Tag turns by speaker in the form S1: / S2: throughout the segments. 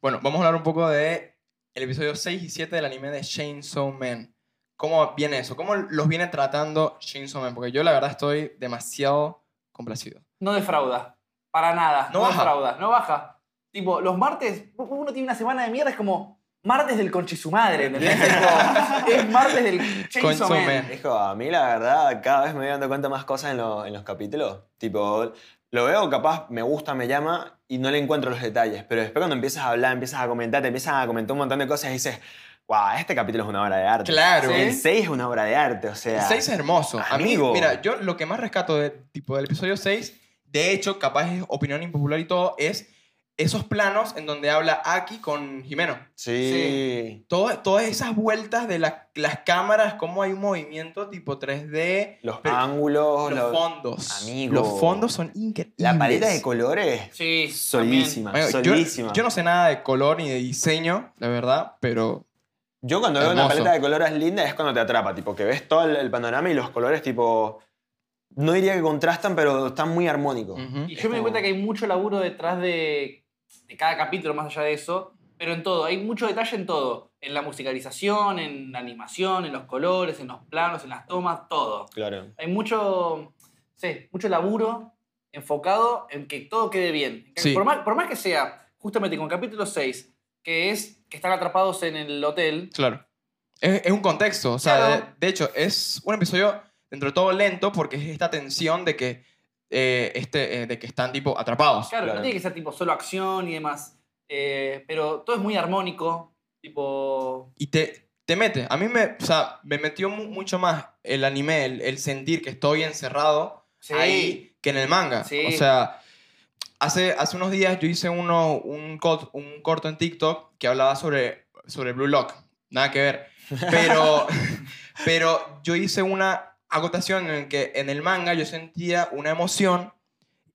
S1: Bueno, vamos a hablar un poco de el episodio 6 y 7 del anime de Chainsaw Man. ¿Cómo viene eso? ¿Cómo los viene tratando Chainsaw Man? Porque yo la verdad estoy demasiado complacido.
S2: No defrauda. Para nada.
S1: No
S2: No,
S1: baja.
S2: defrauda. No baja. Tipo, los martes, uno tiene una semana de mierda, es como martes del conche su madre, ¿entendés? Tipo, es martes del Chainsaw
S1: Consume.
S2: Man.
S3: Hijo, a mí la verdad cada vez me voy dando cuenta más cosas en, lo- en los capítulos. Tipo, lo veo, capaz me gusta, me llama y no le encuentro los detalles. Pero después cuando empiezas a hablar, empiezas a comentar, te empiezan a comentar un montón de cosas y dices, wow, este capítulo es una obra de arte.
S1: Claro.
S2: Sí.
S3: El 6 es una obra de arte, o
S1: El
S3: sea...
S1: 6 es hermoso. A mí,
S3: Amigo.
S1: mira, yo lo que más rescato de, tipo, del episodio 6, de hecho, capaz es opinión impopular y todo, es esos planos en donde habla Aki con Jimeno.
S3: Sí.
S1: Todo- todas esas vueltas de la- las cámaras, cómo hay un movimiento tipo 3D,
S3: Los
S1: Pero-
S3: ángulos,
S1: los
S3: Oh, los-
S1: fondos.
S3: amigo.
S1: Los fondos son increíbles.
S3: la paleta de colores,
S2: Sí.
S3: solidísima,
S1: Amigo, yo,
S3: solidísima.
S1: yo no sé nada de color ni de diseño, la verdad, pero
S3: Yo cuando veo una
S1: Hermoso.
S3: paleta de colores linda es cuando te atrapa, tipo, que ves todo el, el panorama y los colores, tipo, no diría que contrastan, pero están muy armónicos.
S1: ujú.
S2: Y yo me doy cuenta que hay mucho laburo detrás de, de cada capítulo, más allá de eso, pero en todo, hay mucho detalle en todo. En la musicalización, en la animación, en los colores, en los planos, en las tomas, todo.
S3: Claro.
S2: Hay mucho, sí, mucho laburo enfocado en que todo quede bien.
S1: Sí.
S2: Por, más, por más que sea, justamente con capítulo 6, que es que están atrapados en el hotel,
S1: claro. Es, es un contexto, o sea,
S2: Claro.
S1: de, de hecho, es un episodio dentro de todo lento porque es esta tensión de que, eh, este, eh, de que están tipo atrapados.
S2: Claro,
S3: Claro.
S2: no tiene que ser tipo solo acción y demás. eh, pero todo es muy armónico. Tipo.
S1: y te, te mete. A mí me, o sea, me metió mu- mucho más el anime, el, el sentir que estoy encerrado
S2: Sí.
S1: ahí que en el manga.
S2: Sí.
S1: O sea, hace, hace unos días yo hice uno, un, cort- un corto en TikTok que hablaba sobre, sobre Blue Lock. Nada que ver. Pero, pero yo hice una acotación en el que en el manga yo sentía una emoción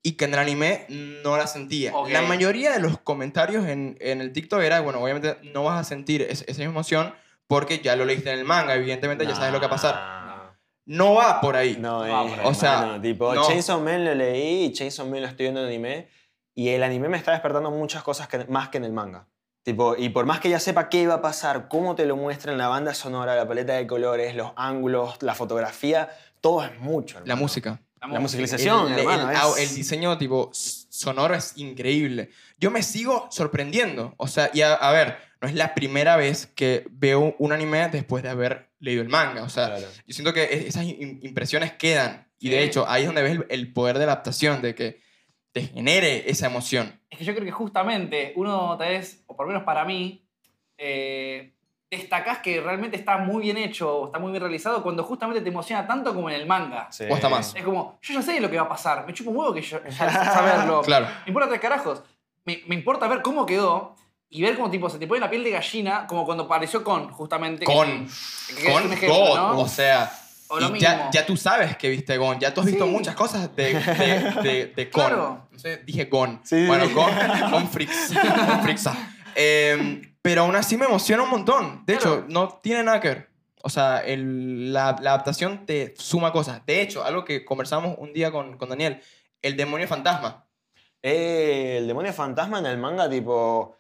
S1: y que en el anime no la sentía.
S2: Ok.
S1: La mayoría de los comentarios en, en el TikTok era, bueno, obviamente no vas a sentir es- esa misma emoción porque ya lo leíste en el manga, evidentemente ya sabes lo que va a pasar. No va por ahí.
S3: No,
S2: Ah. No,
S3: eh,
S2: pero
S1: o sea,
S3: hermano, tipo,
S1: no.
S3: Chainsaw Man lo leí y Chainsaw Man lo estoy viendo en anime y el anime me está despertando muchas cosas que, más que en el manga. Tipo, y por más que ya sepa qué va a pasar, cómo te lo muestran la banda sonora, la paleta de colores, los ángulos, la fotografía, todo es mucho.
S1: La
S3: hermano.
S1: música.
S3: La musicalización.
S1: El,
S3: Acción,
S1: el-
S3: hermano,
S1: el-
S3: es-
S1: au- el diseño tipo s- sonoro es increíble. Yo me sigo sorprendiendo. O sea, y a, a ver, no es la primera vez que veo un anime después de haber leído el manga. O sea,
S3: Claro.
S1: yo siento que e- esas im- impresiones quedan. Y de
S2: Sí.
S1: hecho, ahí es donde ves el, el poder de la adaptación, de que te genere esa emoción.
S2: Es que yo creo que justamente uno, tal vez, o por lo menos para mí, eh, destacás que realmente está muy bien hecho o está muy bien realizado cuando justamente te emociona tanto como en el manga.
S3: Sí.
S1: O hasta más.
S2: Es como, yo ya sé lo que va a pasar, me chupo un huevo que yo ya saberlo.
S1: Claro.
S2: Me importa tres carajos. Me, me importa ver cómo quedó y ver cómo tipo, se te pone la piel de gallina, como cuando apareció con, justamente. que-
S1: Con.
S2: que es
S1: Con
S2: un ejemplo,
S1: God.
S2: ¿no?
S1: O sea,
S2: O lo
S1: y ya,
S2: mismo.
S1: ya tú sabes que viste Gon. Ya tú has visto
S2: Sí.
S1: muchas cosas de, de, de, de Gon.
S2: Claro.
S1: No sé, dije Gon.
S3: Sí, sí,
S1: bueno,
S3: sí.
S1: Gon, Gon Fricks. Gon Frixa. Eh, ah. pero aún así me emociona un montón. De hecho,
S2: Claro.
S1: no tiene nada que ver. O sea, el- la, la adaptación te suma cosas. De hecho, algo que conversamos un día con, con Daniel, el demonio fantasma.
S3: Eh, el demonio fantasma en el manga, tipo.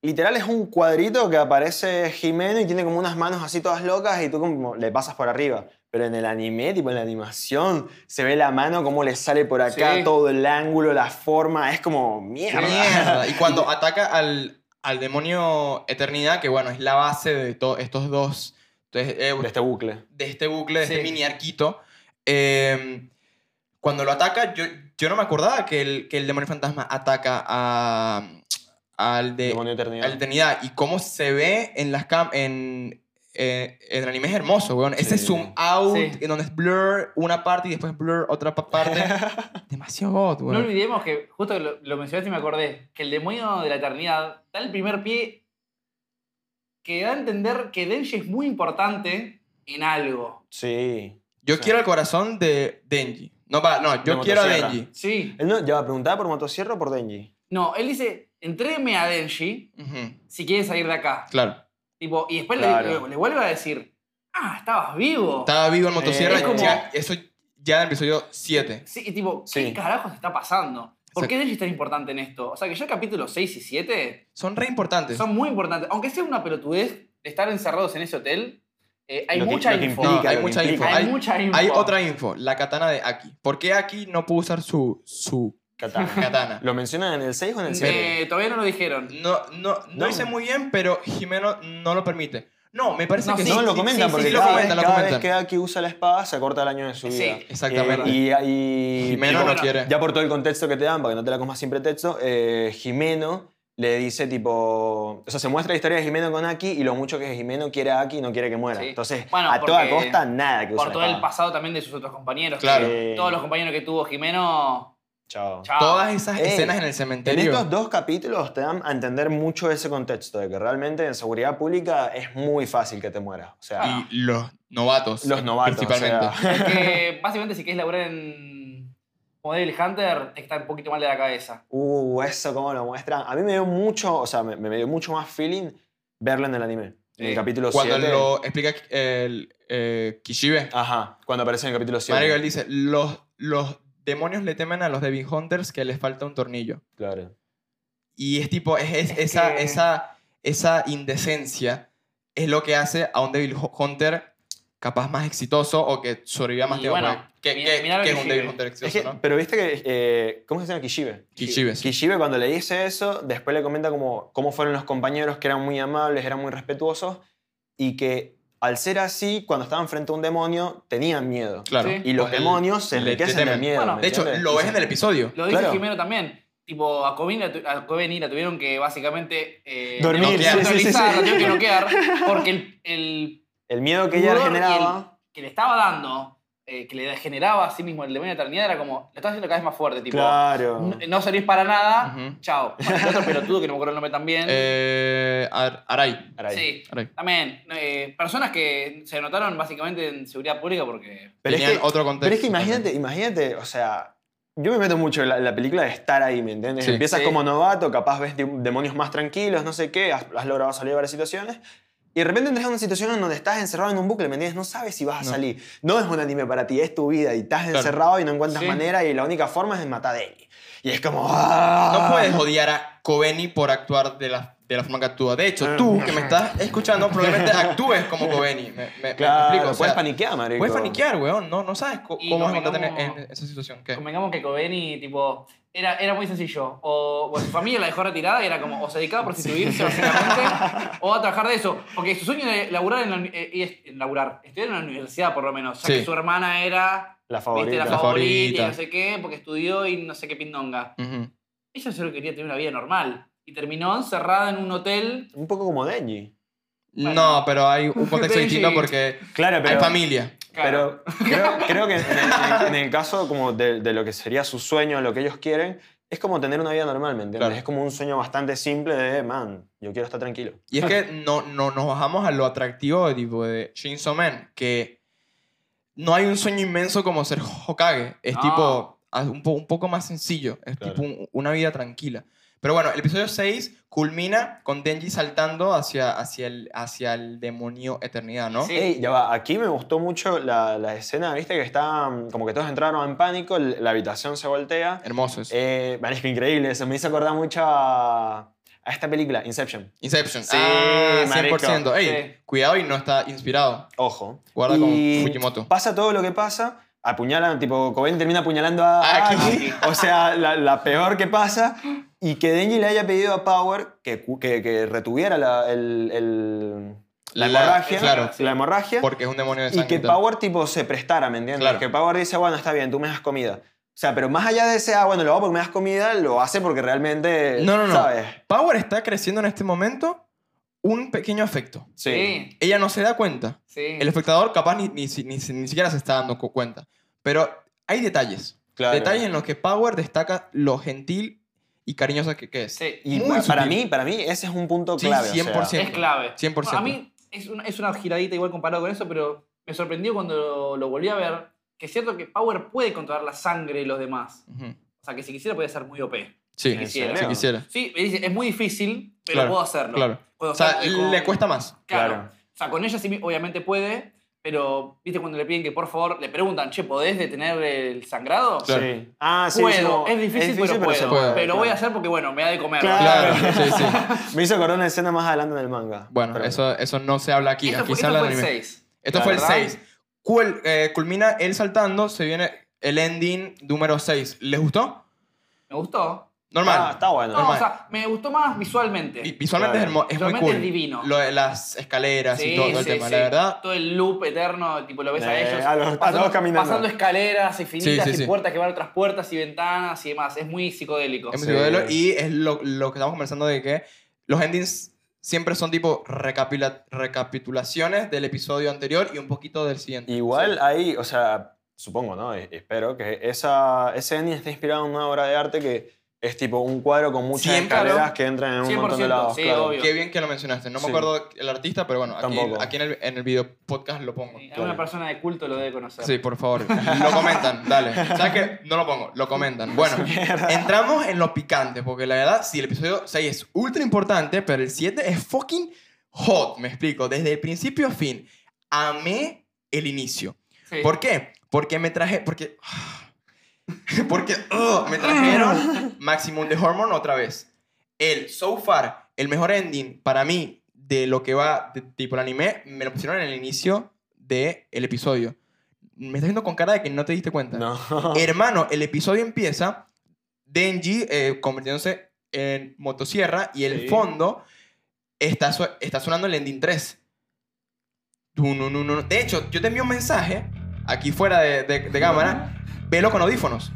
S3: Literal es un cuadrito que aparece Jimeno y tiene como unas manos así todas locas y tú como le pasas por arriba. Pero en el anime, tipo en la animación, se ve la mano como le sale por acá,
S2: Sí.
S3: todo el ángulo, la forma, es como mierda.
S1: Mierda. Y cuando ataca al, al demonio eternidad, que bueno, es la base de todos estos dos. Entonces, eh,
S3: De este bucle.
S1: de este bucle, de
S2: Sí.
S1: este mini arquito. eh, cuando lo ataca, yo, yo no me acordaba que el, que el demonio fantasma ataca a, al Eh, de
S3: demonio eternidad.
S1: a la eternidad. Y cómo se ve en las cam en, eh, en el anime es hermoso, weón. Ese
S3: Sí.
S1: zoom out,
S2: Sí.
S1: en donde es blur una parte y después blur otra pa- parte. Demasiado god,
S2: No
S1: weón.
S2: olvidemos que, justo lo, lo mencionaste y me acordé, que el demonio de la eternidad da el primer pie que da a entender que Denji es muy importante en algo.
S3: Sí.
S1: Yo
S3: Sí.
S1: quiero el corazón de Denji. No, para, no, yo
S3: De
S1: quiero a
S3: motosierra.
S1: Denji.
S2: Sí.
S3: Él no, ya va, preguntaba por motosierra o por Denji.
S2: No, él dice, entréme a Denji
S1: Ujú,
S2: si quieres salir de acá.
S1: Claro.
S2: Tipo, y después le-
S3: Claro.
S2: le, le vuelve a decir, ah, estabas vivo.
S1: Estaba vivo en motosierra.
S3: Eh, Es como-
S1: ya- eso ya en el episodio 7.
S2: Sí, y tipo,
S3: Sí.
S2: ¿qué carajo se está pasando? ¿Por qué Deji es tan importante en esto? O sea, que ya capítulos 6 y 7
S1: Son re importantes.
S2: son muy importantes. Aunque sea una pelotudez estar encerrados en ese hotel, eh, hay
S3: Lo que-
S2: mucha
S3: lo que
S2: info.
S1: No,
S3: implica,
S1: hay
S3: lo que
S1: mucha
S3: implica.
S1: info.
S2: hay,
S1: Hay,
S2: mucha info.
S1: hay otra info, la katana de Aki. ¿Por qué Aki no pudo usar su, su
S3: Katana.
S1: katana?
S3: ¿Lo mencionan en el 6 o en el 7?
S2: Eh, todavía no lo dijeron.
S1: No, no, no,
S3: No.
S1: hice muy bien, pero Jimeno no lo permite. No, me parece
S2: No,
S1: que
S2: sí,
S1: sí.
S3: no lo
S2: sí,
S3: comentan
S2: sí,
S3: porque
S2: sí,
S1: lo
S3: cada,
S1: comentan, lo
S3: vez, cada
S1: comentan.
S3: vez que Aki usa la espada se acorta el año de su
S2: Sí, eh.
S3: vida.
S1: exactamente.
S3: Eh, y, y-
S1: Jimeno
S3: tipo,
S1: no quiere.
S3: Ya por todo el contexto que te dan, para que no te la comas siempre texto, eh, Jimeno le dice tipo... O sea, se muestra la historia de Jimeno con Aki y lo mucho que Jimeno quiere a Aki y no quiere que muera.
S2: Sí.
S3: Entonces,
S2: Bueno,
S3: a toda
S2: porque-
S3: costa, nada que usa
S2: Por
S3: la
S2: todo el
S3: espada.
S2: pasado también de sus otros compañeros. que
S1: Claro.
S3: Eh,
S2: Todos los compañeros que tuvo Jimeno.
S3: Chao.
S2: Chao.
S1: Todas esas
S3: Ey,
S1: escenas en el
S3: En
S1: cementerio.
S3: estos dos capítulos te dan a entender mucho ese contexto de que realmente en seguridad pública es muy fácil que te mueras. O sea,
S2: Ah.
S1: Y los novatos.
S3: los novatos. o sea,
S1: Principalmente.
S2: que básicamente, si quieres laburar en Model Hunter, está un poquito mal de la cabeza.
S3: Uh, eso cómo lo muestran. A mí me dio mucho, o sea, me, me dio mucho más feeling verlo en el anime. En el
S2: Sí.
S3: capítulo
S1: Cuando
S3: 7.
S1: lo explica el, eh, Kishibe,
S3: Ajá, cuando aparece en el capítulo 7.
S1: Mario él dice: los, los demonios le temen a los Devin Hunters que les falta un tornillo.
S3: Claro.
S1: Y es tipo, es, es-
S2: Es
S1: esa,
S2: que-
S1: esa, esa indecencia es lo que hace a un Devil Hu- Hunter capaz más exitoso o que sobreviva más
S2: Y
S1: tiempo.
S2: bueno,
S1: que,
S2: mi-
S1: que-
S2: mirá lo
S1: que
S2: que
S1: es un
S2: sigue.
S1: Devil Hunter
S3: Es
S1: exitoso,
S3: que-
S1: ¿no?
S3: Pero viste que, eh, ¿cómo se llama? Kishibe.
S1: Kishibe, sí.
S3: Kishibe cuando le dice eso, después le comenta como, cómo fueron los compañeros que eran muy amables, eran muy respetuosos y que al ser así, cuando estaban frente a un demonio, tenían miedo.
S1: Claro.
S2: Sí.
S3: Y los
S1: Porque
S3: demonios se
S1: Pues le- te
S3: enriquecen de
S1: temen.
S3: miedo.
S2: Bueno,
S3: Pues, ¿me
S1: De hecho,
S3: entiendes?
S1: lo ves en el episodio.
S2: Lo dice
S3: Claro.
S2: Jimeno también. Tipo, a Cobain la, tu- a Cobain y la tuvieron que básicamente. Eh,
S3: Dormir,
S2: noquear.
S1: sí,
S3: sí, sí,
S2: Neutralizar,
S3: sí.
S2: La tuvieron que noquear. Porque el, el
S3: El miedo que ella
S2: pudor y el-
S3: generaba.
S2: que le estaba dando, eh, que le generaba a sí mismo el demonio de la eternidad, era como. Lo estás haciendo cada vez más fuerte, tipo.
S3: Claro.
S2: No, no servís para nada.
S1: Ujú.
S2: Chao. Bueno, el otro pelotudo que no me acuerdo el nombre
S3: Ah.
S2: también.
S1: Eh, Ar- Arai.
S3: Caray.
S2: Sí.
S1: Arai.
S2: También, eh, personas que se anotaron básicamente en seguridad pública porque.
S3: Pero es
S1: Tenían
S3: que-
S1: otro contexto.
S3: Pero es que imagínate,
S1: también.
S3: imagínate, o sea, yo me meto mucho en la, en la película de estar ahí, ¿me entiendes?
S1: Sí.
S3: Empiezas
S2: Sí.
S3: como novato, capaz ves de- demonios más tranquilos, no sé qué, has, has logrado salir de varias situaciones. Y de repente entras en una situación en donde estás encerrado en un bucle, ¿me entiendes? No sabes si vas a
S1: No.
S3: salir. No es un anime para ti, es tu vida y estás
S1: Claro.
S3: encerrado y no encuentras
S2: Sí.
S3: manera y la única forma es en matar a Deli. Y es como... ¡ah!
S1: No puedes odiar a Coveni por actuar de la, de la forma que actúa. De hecho, tú que me estás escuchando probablemente actúes como Coveni. Me, me- me
S3: Claro,
S1: explico. O
S3: puedes
S1: sea,
S3: paniquear, marico.
S1: puedes paniquear, weón. No, no sabes co-
S2: Y
S1: cómo es
S2: nos
S1: encontrarte en,
S2: vengamos-
S1: en esa situación. ¿Qué?
S2: Convengamos que Coveni, tipo, era, era muy sencillo. O, o su familia la dejó retirada y era como, o se dedicaba a prostituirse, básicamente, o a trabajar de eso. Porque su sueño era laburar en la, uni- eh, y es- en laburar, estudiar en la universidad, por lo menos. Ya
S1: Sí.
S2: que su hermana era,
S3: La
S2: viste,
S3: favorita.
S2: la
S1: La
S2: favorita
S1: favorita.
S2: y no sé qué, porque estudió y no sé qué pindonga.
S1: Ujú.
S2: Ella solo quería tener una vida normal. Y terminó encerrada en un hotel.
S3: Un poco como Denji.
S2: Bueno.
S1: No, pero hay un
S2: Qué
S1: contexto distinto
S2: bello.
S1: porque
S3: Claro,
S1: hay familia.
S2: Claro.
S3: Pero creo, creo que en el, en el caso como de, de lo que sería su sueño, lo que ellos quieren, es como tener una vida normal, ¿me entiendes?
S1: Claro.
S3: Es como un sueño bastante simple de, man, yo quiero estar tranquilo.
S1: Y es que no, no, nos bajamos a lo atractivo de, tipo, de Shinzo Man, que no hay un sueño inmenso como ser Hokage. Es
S2: No.
S1: tipo a- un, po- un poco más sencillo. Es
S3: Claro.
S1: tipo un- una vida tranquila. Pero bueno, el episodio 6 culmina con Denji saltando hacia, hacia, el, hacia el demonio eternidad, ¿no?
S2: Sí.
S3: Ey, ya va, aquí me gustó mucho la, la escena, viste, que está mm, como que todos entraron en pánico, l- la habitación se voltea.
S1: Hermoso eso.
S3: Eh, man, es que increíble eso, me hizo acordar mucho a, a esta película, Inception.
S1: Inception.
S3: sí,
S1: Ah,
S3: marico.
S1: 100%. Ey,
S2: Sí.
S1: cuidado y no está inspirado.
S3: Ojo.
S1: Guarda con
S3: Y
S1: Fujimoto.
S3: Pasa todo lo que pasa, apuñalan, tipo, Cobain termina apuñalando a
S1: Ah,
S3: a
S1: aquí.
S3: Aki, o sea, la, la peor que pasa, y que Denji le haya pedido a Power que, cu- que, que retuviera la, el- el- la
S1: La-
S3: hemorragia,
S1: claro.
S3: la hemorragia
S1: Porque es un demonio de
S3: y
S1: sangre.
S3: que
S1: y tal.
S3: Power tipo se prestara, ¿me entiendes?
S1: Claro.
S3: Que Power dice, bueno, está bien, tú me das comida. O sea, pero más allá de ese, ah, bueno, lo hago porque me das comida, lo hace porque realmente,
S1: No, no, no.
S3: ¿sabes?
S1: Power está creciendo en este momento un pequeño afecto.
S2: Sí.
S1: Ella no se da cuenta.
S2: Sí.
S1: El espectador capaz ni, ni, si- ni si- ni siquiera se está dando cu- cuenta. Pero hay detalles.
S3: claro.
S1: Detalles en los que Power destaca lo gentil y cariñosa que, que es.
S2: Sí.
S3: Y
S1: Muy
S3: pa- para,
S1: sutil.
S3: mí, para mí, ese es un punto
S1: Sí,
S3: clave. o sea,
S1: 100%.
S2: Es clave.
S1: 100%.
S2: Bueno, a mí es una, es una giradita igual comparado con eso, pero me sorprendió cuando lo, lo volví a ver que es cierto que Power puede controlar la sangre de los demás.
S1: Ujú.
S2: O sea, que si quisiera podía ser muy OP.
S1: Sí,
S2: Sí,
S1: si
S2: sí,
S1: quisiera.
S3: claro.
S2: Sí, me dice, es muy difícil, pero
S1: Claro,
S2: puedo hacerlo.
S1: Claro.
S2: Puedo
S1: O sea,
S2: hacerlo con-
S1: le cuesta más.
S2: Claro.
S3: Claro.
S2: O sea, con ella sí obviamente puede, pero viste cuando le piden que por favor, le preguntan, che, ¿podés detener el sangrado?
S1: Claro.
S3: Sí. Ah, sí. sí,
S2: Puedo,
S3: como-
S2: es difícil, pero,
S3: se
S2: puedo.
S1: puede,
S2: pero lo voy a
S3: claro.
S2: hacer porque, bueno, me da de comer.
S3: Claro.
S1: Claro, sí, sí.
S3: Me hizo acordar una escena más adelante en el manga.
S1: Bueno,
S3: Pero-
S1: eso, eso no se habla aquí.
S2: Esto
S1: aquí
S2: fue,
S1: se
S2: esto
S1: habla
S2: fue
S1: del
S2: el
S1: anime.
S2: 6.
S1: Esto fue el
S2: ¿Verdad?
S1: 6. culmina él saltando, se viene el ending número 6. ¿Les gustó?
S2: Me gustó.
S1: Normal.
S3: Ah, está bueno.
S2: No, o sea, me gustó más visualmente.
S1: Vi- Visualmente
S3: Claro.
S1: es, hermo- es muy
S2: Visualmente
S1: cool.
S2: es divino.
S1: Lo de las escaleras y
S2: Sí,
S1: todo, todo el
S2: sí,
S1: tema,
S2: sí.
S1: la verdad.
S2: Todo el loop eterno, tipo lo ves a
S3: Eh,
S2: ellos.
S3: a los- a todos caminando.
S2: pasando escaleras infinitas
S1: Sí, sí,
S2: y
S1: sí.
S2: puertas que van a otras puertas y ventanas y demás. Es muy psicodélico.
S1: Es muy
S3: Sí.
S1: psicodélico Y es lo, lo que estamos conversando de que los endings siempre son tipo recapila- recapitulaciones del episodio anterior y un poquito del siguiente.
S3: Igual ahí, o sea, supongo, ¿no? Y- y espero que esa, ese ending está inspirado en una obra de arte que es tipo un cuadro con muchas
S1: Siempre,
S3: escaleras
S2: ¿no?
S3: que entran en un montón
S2: 100%,
S3: de lados.
S2: sí,
S3: claro.
S2: obvio.
S1: Qué bien que lo mencionaste. No
S3: Sí.
S1: me acuerdo el artista, pero bueno, aquí,
S3: Tampoco.
S1: aquí en, el, en el video podcast lo pongo.
S2: Sí,
S3: Claro.
S2: Alguna persona de culto lo debe conocer.
S1: Sí, por favor. Lo comentan, dale. ¿Sabes qué? No lo pongo, lo comentan. Bueno, entramos en lo picante, porque la verdad, sí, el episodio 6 es ultra importante, pero el 7 es fucking hot, me explico. Desde el principio a fin, amé el inicio.
S2: Sí.
S1: ¿Por qué? Porque me traje. Porque. Porque ugh, me trajeron Maximum de Hormone otra vez. El So Far, el mejor ending para mí de lo que va de, tipo el anime, me lo pusieron en el inicio del episodio. Me estás viendo con cara de que no te diste cuenta.
S3: No.
S1: Hermano, el episodio empieza Denji eh, convirtiéndose en motosierra y el
S3: Sí.
S1: fondo está, su- está sonando el ending 3. Tú, no, no, no, no. De hecho, yo te envío un mensaje aquí fuera de, de- de cámara, velo con audífonos.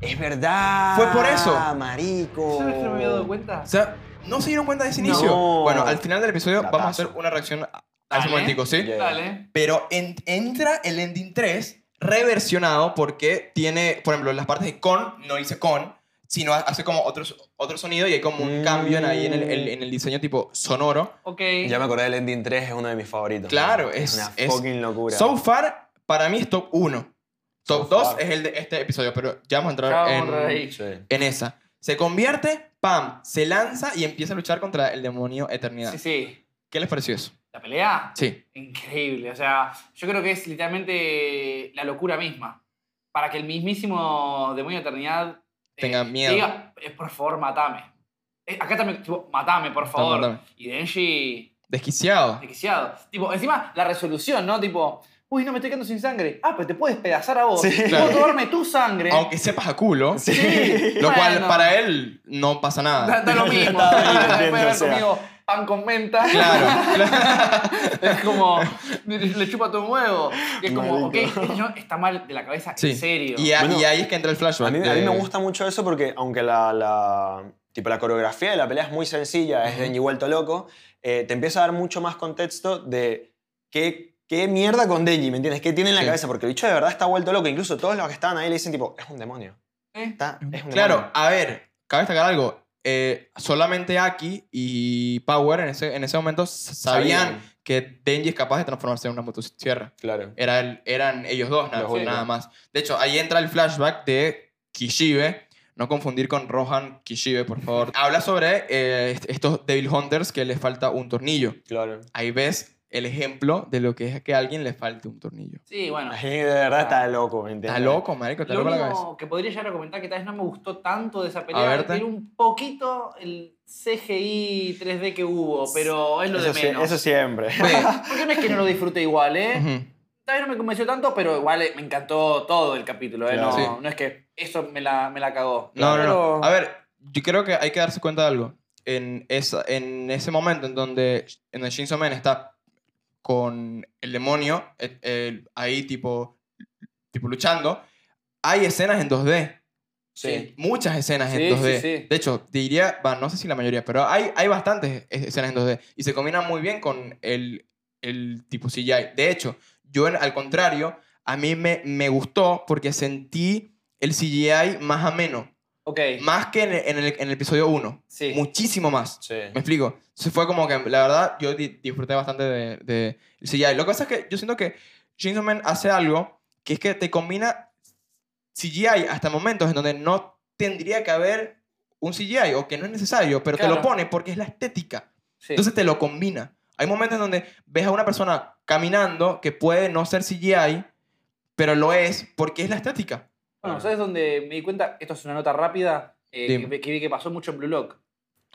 S3: Es verdad.
S1: Fue por eso.
S3: Marico.
S2: ¿Sabes que no me había dado cuenta?
S1: O sea, ¿no se dieron cuenta de ese
S3: No.
S1: inicio? Bueno, al final del episodio vamos a
S3: Datazo.
S1: hacer una reacción a, a ese
S2: Dale.
S1: momentico, ¿sí?
S3: Ya.
S2: Dale.
S1: Pero en- entra el ending 3 reversionado porque tiene, por ejemplo, las partes de con, no dice con, sino hace como otros, otro sonido y hay como un
S3: Mm.
S1: cambio en, ahí en el, el- en el diseño tipo sonoro.
S2: Ok.
S3: Ya me acordé del ending 3, es uno de mis favoritos.
S1: Claro,
S3: man.
S1: es-
S3: Una
S1: es-
S3: fucking locura.
S1: So far, para mí es top 1. Top
S3: So
S1: 2
S3: far.
S1: es el de este episodio, pero ya vamos a entrar
S2: Ya vamos a
S1: en,
S2: entrar ahí.
S3: Sí.
S1: en esa. Se convierte, pam, se lanza y empieza a luchar contra el demonio Eternidad.
S2: Sí, sí.
S1: ¿Qué les pareció eso?
S2: La pelea.
S1: Sí.
S2: Increíble, o sea, yo creo que es literalmente la locura misma. Para que el mismísimo demonio de eternidad
S1: Tenga miedo.
S2: diga, eh, por favor, matame. Eh, acá también, tipo, matame, por favor.
S1: matame.
S2: Y Denji,
S1: Desquiciado.
S2: desquiciado. Tipo, encima, la resolución, ¿no? Tipo, uy, no, me estoy quedando sin sangre. Ah, pero te puedes despedazar a vos.
S3: Sí.
S2: Puedo
S1: Claro.
S2: tomarme tu sangre.
S1: Aunque sepas a culo,
S2: Sí.
S1: lo cual
S2: Bueno,
S1: para él no pasa nada.
S2: Da, da lo mismo.
S3: Está
S2: Puedes
S3: bien, entiendo,
S2: ver
S3: o sea.
S2: conmigo pan con menta.
S1: Claro,
S2: Es como, le chupa todo un huevo. Y es como, ok,
S3: Marico.
S2: este señor está mal de la cabeza,
S1: Sí.
S2: en serio.
S1: Y, a-
S3: Bueno,
S1: y ahí es que entra el flashback.
S3: A mí, a
S1: de-
S3: mí me gusta mucho eso porque aunque la, la- tipo, la coreografía de la pelea es muy sencilla, es Denji vuelto loco, eh, te empieza a dar mucho más contexto de qué, qué mierda con Denji, ¿me entiendes? ¿Qué tiene en la
S1: Sí.
S3: cabeza? Porque el bicho de verdad está vuelto loco. Incluso todos los que estaban ahí le dicen tipo, es un demonio.
S2: ¿Eh?
S3: Está, es un
S1: Claro,
S3: demonio".
S1: a ver, cabe destacar algo. Eh, solamente Aki y Power en ese, en ese momento s- sabían,
S3: Sabían.
S1: que Denji es capaz de transformarse en una motosierra.
S3: Claro.
S1: Era el- eran ellos dos, nada,
S3: Los únicos.
S1: nada más. De hecho, ahí entra el flashback de Kishibe. No confundir con Rohan Kishibe, por favor. Habla sobre eh, est- estos Devil Hunters que les falta un tornillo.
S3: Claro.
S1: Ahí ves el ejemplo de lo que es que a alguien le falte un tornillo.
S2: Sí, bueno.
S3: Ahí de verdad está loco, ¿me entiendes?
S1: Está loco, marico, está
S2: Lo
S1: loco la cabeza.
S2: único que podría llegar a comentar que tal vez no me gustó tanto de esa pelea
S1: A ver,
S2: es que
S1: te-
S2: tiene un poquito el CGI 3D que hubo, pero es lo
S3: Eso,
S2: de
S3: sí-
S2: menos.
S3: eso siempre.
S2: Porque no es que no lo disfruté igual, ¿eh?
S1: Ujú.
S2: Tal vez no me convenció tanto, pero igual eh, me encantó todo el capítulo, ¿eh? No,
S3: Claro.
S1: Sí.
S2: no es que eso me la, me la cagó.
S1: No, Ah, no, no.
S2: Pero-
S1: A ver, yo creo que hay que darse cuenta de algo. En, esa, en ese momento en donde en donde Shinzo Men está con el demonio, eh, eh, ahí tipo, tipo luchando, hay escenas en 2D.
S2: Sí.
S1: Muchas escenas
S2: Sí,
S1: en 2D.
S2: sí, sí.
S1: De hecho, diría, va, no sé si la mayoría, pero hay, hay bastantes es- escenas en 2D. Y se combina muy bien con el, el tipo CGI. De hecho, yo en- al contrario, a mí me, me gustó porque sentí el CGI más ameno.
S2: Ok.
S1: Más que en el, en el- en el episodio 1.
S2: Sí.
S1: Muchísimo más.
S3: Sí.
S1: Me explico. Se fue como que, la verdad, yo di- disfruté bastante de, de el CGI. Lo que pasa es que yo siento que Chainsaw Man hace algo que es que te combina CGI hasta momentos en donde no tendría que haber un CGI o que no es necesario, pero te lo
S2: Claro.
S1: pone porque es la estética.
S2: Sí.
S1: Entonces te lo combina. Hay momentos en donde ves a una persona caminando que puede no ser CGI, pero lo es porque es la estética.
S2: Bueno, ¿sabes dónde me di cuenta? Esto es una nota rápida eh,
S1: Dime.
S2: que, que vi que pasó mucho en Blue Lock.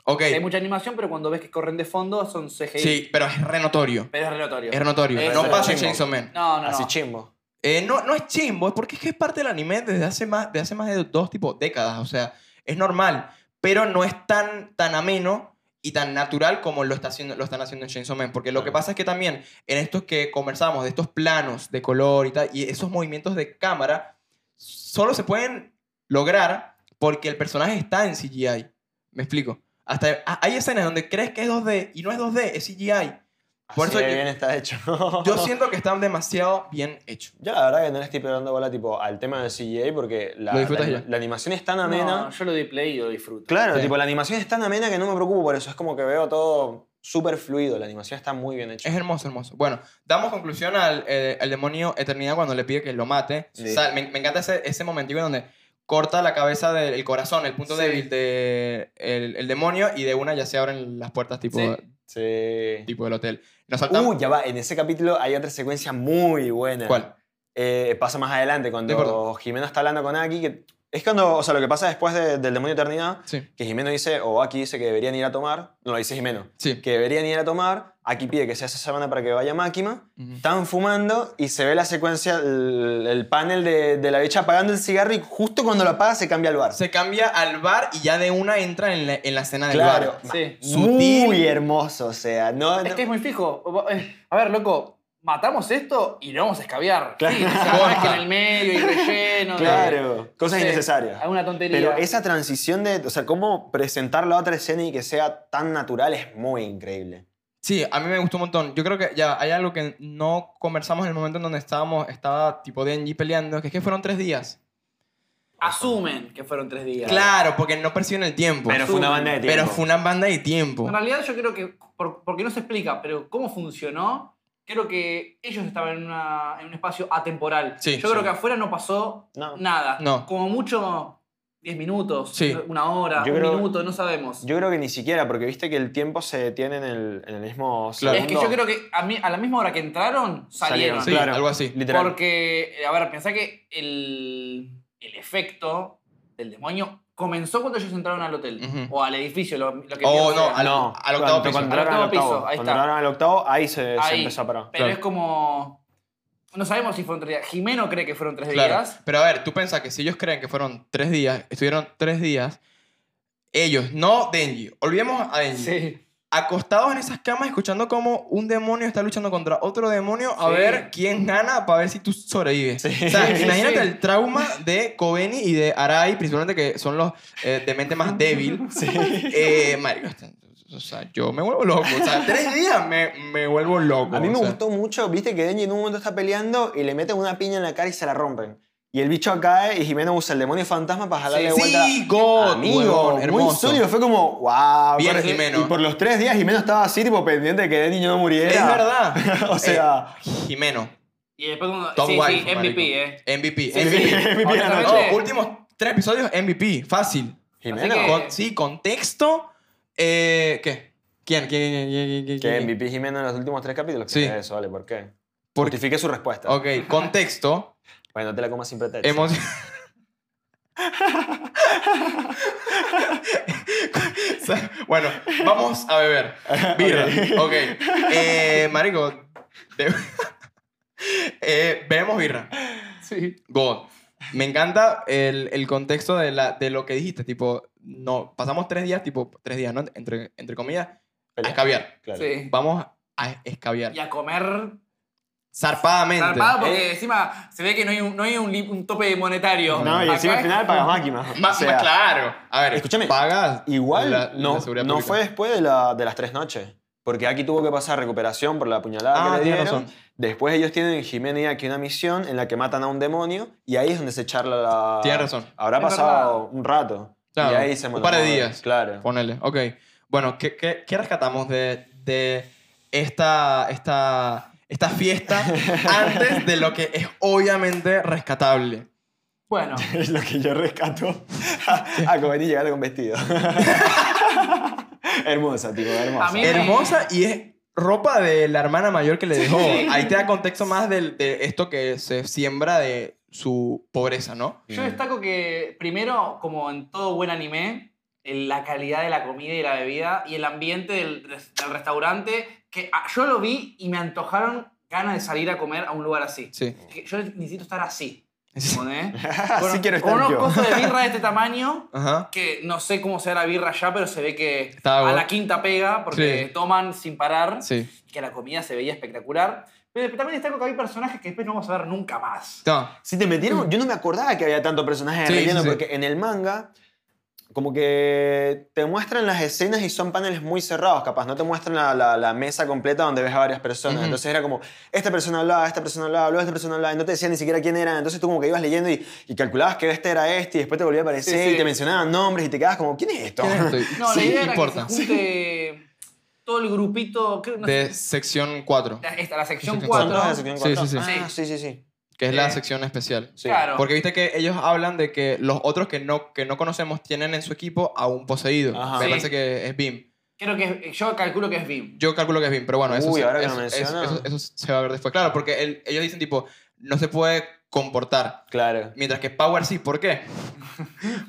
S1: Ok.
S2: Hay mucha animación, pero cuando ves que corren de fondo son CGI.
S1: Sí, pero es re notorio.
S2: Pero es relatorio.
S1: Es notorio.
S2: Eso
S1: no
S2: es
S1: pasa en
S3: chimbo.
S1: Chainsaw Man.
S2: No, no,
S3: Así
S2: no.
S3: chimbo.
S1: Eh, no, no es chimbo, es porque es que es parte del anime desde hace más, de hace más de dos tipo décadas. O sea, es normal, pero no es tan, tan ameno y tan natural como lo, está haciendo, lo están haciendo en Chainsaw Man. Porque lo que
S3: Claro.
S1: pasa es que también en estos que conversamos, de estos planos de color y tal, y esos movimientos de cámara, solo se pueden lograr porque el personaje está en CGI. ¿Me explico? Hasta, a- hay escenas donde crees que es 2D y no es 2D, es CGI. Por
S3: Así
S1: eso
S3: de
S1: yo-
S3: bien está hecho.
S1: Yo siento que están demasiado bien hechos.
S3: Yo la verdad que no le estoy pegando bola tipo al tema de CGI porque la,
S1: Lo disfrutas
S3: la-
S1: ya.
S3: la animación es tan
S2: No,
S3: amena.
S2: yo lo doy play y lo disfruto.
S3: Claro,
S1: Sí.
S3: tipo la animación es tan amena que no me preocupo por eso. Es como que veo todo súper fluido. La animación está muy bien hecha.
S1: Es hermoso, hermoso. Bueno, damos conclusión al, eh, al demonio Eternidad cuando le pide que lo mate.
S3: Sí.
S1: Sal- me, me encanta ese, ese momentico en donde corta la cabeza del el corazón, el punto
S2: Sí.
S1: débil del el, el demonio y de una ya se abren las puertas tipo,
S2: Sí.
S3: Sí.
S1: tipo del hotel. Nos saltamos.
S3: Uh, ya va. En ese capítulo hay otra secuencia muy buena.
S1: ¿Cuál?
S3: Eh, pasa más adelante
S1: De
S3: cuando
S1: acuerdo.
S3: Jimeno está hablando con Aki. Que es cuando, o sea, lo que pasa después de- del demonio Eternidad,
S1: Sí,
S3: que Jimeno dice, o Aki dice que deberían ir a tomar. No, lo dice Jimeno.
S1: sí.
S3: Que deberían ir a tomar. Aki pide que sea esa semana para que vaya Máquima.
S1: Ujú.
S3: Están fumando y se ve la secuencia, el, el panel de, de la bicha apagando el cigarro y justo cuando lo apaga se cambia al bar.
S1: Se cambia al bar y ya de una entra en la, en la escena del
S3: Claro.
S1: bar.
S2: Sí.
S1: Sutil.
S3: Muy hermoso, o sea, no...
S2: Es
S3: no-
S2: que es muy fijo. eh, A ver, loco, matamos esto y lo vamos a escabiar.
S3: Claro.
S2: Sí, o sea, no es que en el medio y relleno. de-
S3: claclaro, cosas
S2: Sí,
S3: innecesarias.
S2: Alguna tontería.
S3: Pero esa transición de, o sea, cómo presentar la otra escena y que sea tan natural es muy increíble.
S1: Sí, a mí me gustó un montón. Yo creo que ya hay algo que no conversamos en el momento en donde estábamos, estaba tipo Denji peleando, que es que fueron tres días.
S2: Asumen que fueron tres días.
S1: Claro, porque no perciben el tiempo.
S3: Pero fue una banda de tiempo.
S1: Pero fue una banda de tiempo.
S2: En realidad yo creo que, por- porque no se explica, pero cómo funcionó, creo que ellos estaban en, una- en un espacio atemporal.
S1: Sí,
S2: yo creo
S1: sí.
S2: que afuera no pasó
S3: No.
S2: nada.
S1: No.
S2: Como mucho 10 minutos,
S1: Sí.
S2: una hora,
S3: Yo
S2: un
S3: creo-
S2: minuto, no sabemos.
S3: Yo creo que ni siquiera, porque viste que el tiempo se detiene en el, en el mismo
S1: Claro.
S2: es que yo creo que a, mí- a la misma hora que entraron, salieron.
S1: Sí,
S3: Claro.
S1: algo así.
S3: Literal.
S2: Porque, eh, a ver, pensá que el, el efecto del demonio comenzó cuando ellos entraron al hotel
S1: Ujú.
S2: o al edificio, lo, lo que
S1: Oh,
S2: mierda
S1: no,
S2: sea.
S1: al-
S3: no,
S1: octavo
S3: cuando-
S1: piso.
S3: cuando
S2: Al
S3: entraron
S2: octavo piso, ahí
S3: Cuando
S2: está.
S3: entraron al octavo, ahí se, se
S2: Ahí.
S3: empezó a parar.
S2: Pero
S1: Claro.
S2: es como. No sabemos si fueron tres días. Jimeno cree que fueron tres
S1: Claro.
S2: días.
S1: Pero a ver, tú piensas que si ellos creen que fueron tres días, estuvieron tres días, ellos, no Denji, olvidemos a Denji,
S2: Sí.
S1: acostados en esas camas escuchando cómo un demonio está luchando contra otro demonio a
S2: Sí.
S1: ver quién gana para ver si tú sobrevives.
S3: Sí.
S1: O sea,
S2: Sí,
S1: imagínate
S2: sí.
S1: el trauma de Kobeni y de Arai, principalmente que son los eh, de mente más débil. Eh, marico, o sea, yo me vuelvo loco. O sea, tres días me, me vuelvo loco.
S3: A mí
S1: o
S3: me
S1: sea.
S3: gustó mucho, viste que Denji en un momento está peleando y le meten una piña en la cara y se la rompen. Y el bicho cae y Jimeno usa el demonio fantasma para jalarle de vuelta.
S1: Sí, God,
S3: Amigo,
S1: huevón,
S3: muy
S1: hermoso.
S3: sólido, fue como, wow.
S1: Bien,
S3: corre".
S1: Jimeno.
S3: Y por los tres días Jimeno estaba así, tipo pendiente de que Denji no muriera.
S1: Es verdad.
S3: o sea,
S1: Jimeno,
S2: Y después cuando.
S1: Top
S2: sí, sí,
S1: wife,
S2: MVP,
S1: marico.
S2: ¿eh?
S1: MVP,
S3: sí,
S1: MVP.
S3: MVP de la
S2: Honestamente,
S1: No,
S3: noche.
S1: últimos tres episodios, MVP, fácil.
S3: Jimeno,
S2: que-
S1: Con- sí, contexto. eh, ¿Qué? ¿Quién? ¿Quién? ¿Quién? ¿Quién? ¿Quién?
S3: que
S1: quién?
S3: MVP Jimeno en los últimos tres capítulos.
S1: Sí.
S3: Eso, vale, ¿por qué?
S1: Por-
S3: Justifique su respuesta.
S1: Ok, contexto.
S3: Bueno, te la comas sin pretexto.
S1: Hemos... bueno, vamos a beber. Birra. Ok. Eh, marico. de- Eh, bebemos birra.
S2: Sí.
S1: God. Me encanta el, el contexto de, la, de lo que dijiste. Tipo, no, pasamos tres días, tipo, tres días, ¿no? Entre, entre comillas, a
S3: Pelea.
S1: escabiar.
S3: Claro.
S2: sí.
S1: Vamos a escabiar.
S2: Y a comer.
S1: Zarpadamente.
S2: Zarpado porque encima se ve que no hay un, no hay un, li- un tope monetario.
S3: No, y
S2: Acá
S3: encima al
S2: es-
S3: final pagas máquina.
S1: Más,
S3: O sea,
S1: más claro. A ver,
S3: escúchame,
S1: Pagas
S3: Igual
S1: la- la
S3: no,
S1: seguridad
S3: no
S1: pública.
S3: fue después de, la- de las tres noches. Porque aquí tuvo que pasar recuperación por la puñalada
S1: Ah,
S3: que le
S1: tienes
S3: dieron.
S1: razón.
S3: Después ellos tienen Jimena y aquí una misión en la que matan a un demonio y ahí es donde se charla la...
S1: Tienes razón.
S3: Habrá
S2: Es
S3: pasado un rato.
S1: Claro,
S3: y ahí se
S1: un
S3: monomoda.
S1: par de días.
S3: Claro.
S1: Ponele, ok. Bueno, ¿qué, qué, qué rescatamos de, de esta, esta, esta fiesta antes de lo que es obviamente rescatable?
S2: Bueno,
S3: Es lo que yo rescato. a Coveni llegando con vestido. hermosa, tipo, hermosa.
S2: A mí me-
S1: Hermosa y es ropa de la hermana mayor que le dejó.
S2: Sí.
S1: Ahí te da contexto más del- de esto que se siembra de su pobreza, ¿no?
S2: Yo destaco que, primero, como en todo buen anime, en la calidad de la comida y la bebida y el ambiente del, res- del restaurante, que ah, yo lo vi y me antojaron ganas de salir a comer a un lugar así.
S1: Sí.
S2: Que Yo necesito estar así. ¿entendés?
S3: Así
S2: Con-
S3: quiero
S2: con
S3: estar
S2: unos
S3: yo.
S2: cosos de birra de este tamaño,
S1: Ajá.
S2: que no sé cómo será la birra ya, pero se ve que
S1: Está
S2: a
S1: bueno.
S2: la quinta pega, porque
S1: Sí.
S2: toman sin parar,
S1: Sí.
S2: y que la comida se veía espectacular. Pero también destaco que hay personajes que después no vamos a ver nunca más.
S1: No.
S3: Si te metieron, yo no me acordaba que había tanto personaje de
S1: Mm. Sí, sí,
S3: relleno,
S1: sí.
S3: porque en el manga, como que te muestran las escenas y son paneles muy cerrados, capaz, no te muestran la, la- la mesa completa donde ves a varias personas.
S1: Ujú.
S3: Entonces era como, esta persona hablaba, esta persona hablaba, hablaba, esta persona hablaba, y no te decían ni siquiera quién eran. Entonces tú como que ibas leyendo y, y calculabas que este era este, y después te volvía a aparecer
S2: Sí, sí.
S3: y te mencionaban nombres y te quedabas como, ¿quién es esto?
S1: ¿Quién es esto?
S2: No, la
S1: Sí,
S2: idea era
S1: importa.
S2: que se junte todo el grupito, creo, no
S1: De
S2: sé,
S1: sección 4,
S2: la, esta, la sección
S1: sección
S3: Son todos
S2: 4.
S3: de sección
S1: Sí,
S3: cuatro.
S1: sí, sí.
S3: Ah, sí, sí, sí.
S1: que es la
S2: Eh.
S1: sección especial.
S3: Sí.
S2: Claro.
S1: Porque viste que ellos hablan de que los otros que no, que no conocemos tienen en su equipo a un poseído.
S3: Ajá.
S1: Me
S2: Sí.
S1: parece que es BIM.
S2: Creo que es- yo calculo que es BIM.
S1: Yo calculo que es BIM, pero bueno, eso,
S3: Uy,
S1: se-
S3: ahora que
S1: eso,
S3: lo
S1: eso-
S3: menciona.
S1: eso- eso se va a ver después. Claro, porque él- ellos dicen tipo, no se puede comportar.
S3: Claro.
S1: Mientras que Power sí, ¿por qué?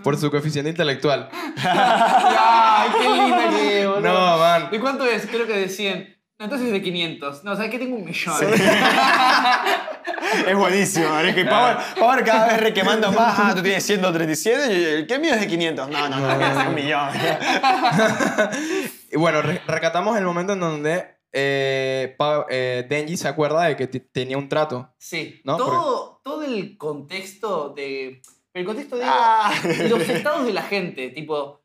S1: Por su coeficiente intelectual.
S2: ¡Ay, qué linda que es, boludo.
S1: No, man.
S2: ¿De cuánto es? Creo que de 100. No, Entonces es de 500. No, ¿sabes qué? Tengo un millón.
S3: Es buenísimo, marico. Y Power, Power cada vez requemando más. Ah, tú tienes 137 y el que mío es de 500. No, no, no, no, es un millón.
S1: Y bueno, re- recatamos el momento en donde eh, Pa- eh, Denji se acuerda de que t- tenía un trato.
S2: Sí.
S1: No,
S2: todo, todo el contexto de. El contexto de.
S3: Ah.
S2: los estados de la gente, tipo.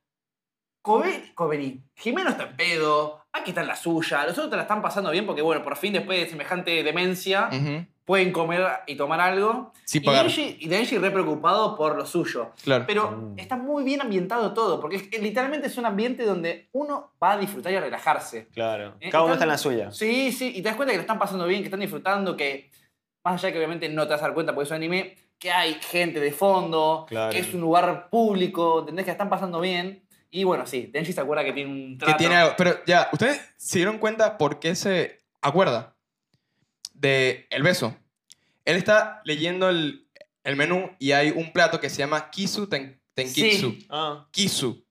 S2: Cobe- Coveni, Jimeno está en pedo, aquí está en la suya, los otros te la están pasando bien porque, bueno, por fin, después de semejante demencia,
S1: Ujú.
S2: pueden comer y tomar algo.
S1: Sin
S2: y
S1: pagar.
S2: Denji, y Denji re preocupado por lo suyo.
S1: Claro.
S2: Pero
S3: Mm.
S2: está muy bien ambientado todo, porque es que literalmente es un ambiente donde uno va a disfrutar y a relajarse.
S3: Claro.
S2: Eh,
S3: Cada
S2: están-
S3: uno está en la suya.
S2: Sí, sí, y te das cuenta que lo están pasando bien, que están disfrutando, que más allá que obviamente no te vas a dar cuenta porque es un anime, que hay gente de fondo,
S3: Claro.
S2: que es un lugar público, ¿entendés? Que la están pasando bien. Y bueno, sí, Denji se acuerda que tiene un
S1: que
S2: trato.
S1: tiene algo. Pero ya, ¿ustedes se dieron cuenta por qué se acuerda de el beso? Él está leyendo el, el menú y hay un plato que se llama Kisu ten, Tenkitsu.
S2: Sí.
S3: Ah.
S1: Kisu.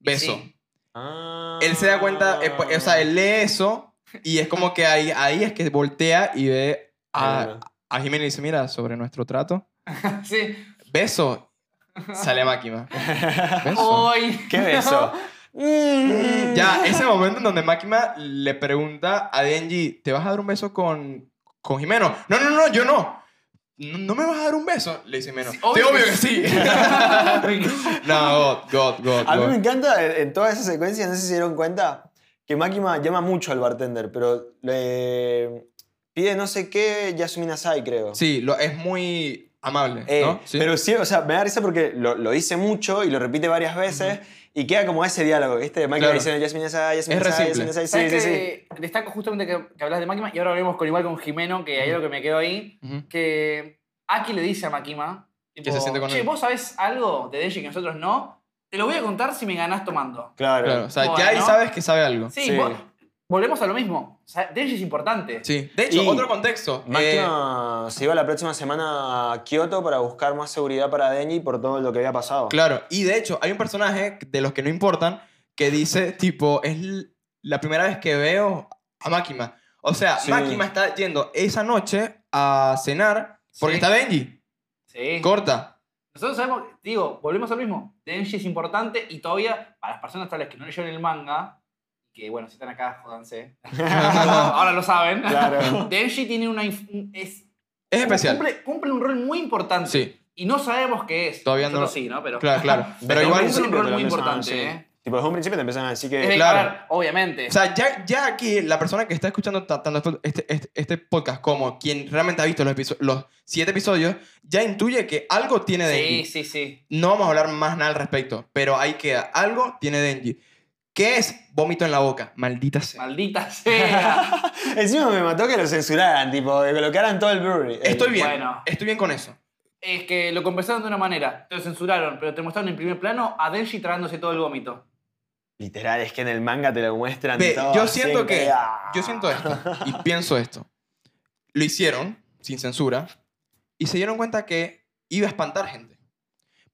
S1: Beso.
S2: Sí.
S3: Ah.
S1: Él se da cuenta, eh, pues, o sea, él lee eso y es como que ahí, ahí es que voltea y ve
S3: Ah.
S1: a, a Jimena y dice, mira, sobre nuestro trato.
S2: Sí.
S1: Beso. Sale máquina. Beso.
S2: Hoy.
S3: ¿Qué beso? Mm.
S1: Ya, ese momento en donde Máquina le pregunta a Denji, ¿te vas a dar un beso con, con Jimeno? No, no, no, yo no. no. no me vas a dar un beso? Le dice Jimeno. Sí, obvio, que sí. no, God, God, God.
S3: A mí
S1: God.
S3: me encanta en en toda esa secuencia, no sé si se dieron cuenta, que Makima llama mucho al bartender, pero le pide no sé qué Yasumina Sai, creo.
S1: Sí, lo, es muy amable,
S3: Eh,
S1: ¿no? Sí.
S3: Pero sí, o sea, me da risa porque lo, lo dice mucho y lo repite varias veces y queda como ese diálogo, ¿viste? Michael
S1: Claro.
S3: diciendo Jasmine Sai, Jasmine
S1: Es re
S3: Sai,
S1: simple.
S3: Jasmine Sai, sí,
S2: ¿Sabes
S3: sí, sí.
S2: que Destaco justamente que, que hablas de Makima y ahora volvemos con igual con Jimeno, que hay algo que me quedó ahí,
S1: Ujú.
S2: que Aki le dice a Makima, tipo,
S1: se siente con
S2: che,
S1: él".
S2: vos sabés algo de Denji que nosotros no, te lo voy a contar si me ganás tomando.
S3: Claro.
S1: Claro, o sea,
S2: Bueno.
S1: ya ahí sabes que sabe algo.
S2: Sí,
S3: Sí.
S2: vo- volvemos a lo mismo. O sea, Denji es importante.
S1: Sí. De hecho,
S3: Y-
S1: otro contexto. eh,
S3: Máquina se iba la próxima semana a Kioto para buscar más seguridad para Denji por todo lo que había pasado.
S1: Claro, y de hecho, hay un personaje de los que no importan que dice, tipo, es l- la primera vez que veo a Máquima. O sea,
S3: Sí.
S1: Máquima está yendo esa noche a cenar porque
S2: Sí.
S1: está Benji.
S2: Sí.
S1: Corta.
S2: Nosotros sabemos, digo, volvemos a lo mismo. Denji es importante y todavía, para las personas tal vez que no leyeron el manga, que bueno, si están acá, jódanse. ahora lo saben.
S3: Claro.
S2: Denji tiene una... inf- un- Es,
S1: Es especial.
S2: Cumple, cumple un rol muy importante.
S1: Sí,
S2: Y no sabemos qué es.
S1: Todavía no-
S2: Nosotros sí, ¿no? Pero,
S1: claro, claro. Pero
S3: Desde
S1: igual,
S2: un rol
S3: te lo
S2: muy
S3: empiezan a
S2: importante,
S3: decir.
S2: ¿eh?
S3: Tipo, desde un principio te empiezan a decir
S2: Es
S3: que...
S2: de-
S1: claro.
S2: a ver, obviamente.
S1: o sea, ya, ya aquí la persona que está escuchando ta- tanto este, este, este podcast como quien realmente ha visto los, episo- los siete episodios, ya intuye que algo tiene de
S2: sí, sí, sí.
S1: No vamos a hablar más nada al respecto, pero ahí queda. Algo tiene Denji. ¿Qué es vómito en la boca? Maldita sea.
S2: Maldita sea.
S3: Encima me mató que lo censuraran, tipo, que colocaran todo el brewery.
S1: Estoy bien.
S2: Eh, Bueno.
S1: Estoy bien con eso.
S2: es que lo compensaron de una manera. Te lo censuraron, pero te mostraron en primer plano a Denji tragándose todo el vómito.
S3: Literal, es que en el manga te lo muestran
S1: Ve,
S3: todo
S1: yo
S3: así
S1: siento
S3: en
S1: que- Yo siento esto y pienso esto. Lo hicieron sin censura y se dieron cuenta que iba a espantar gente.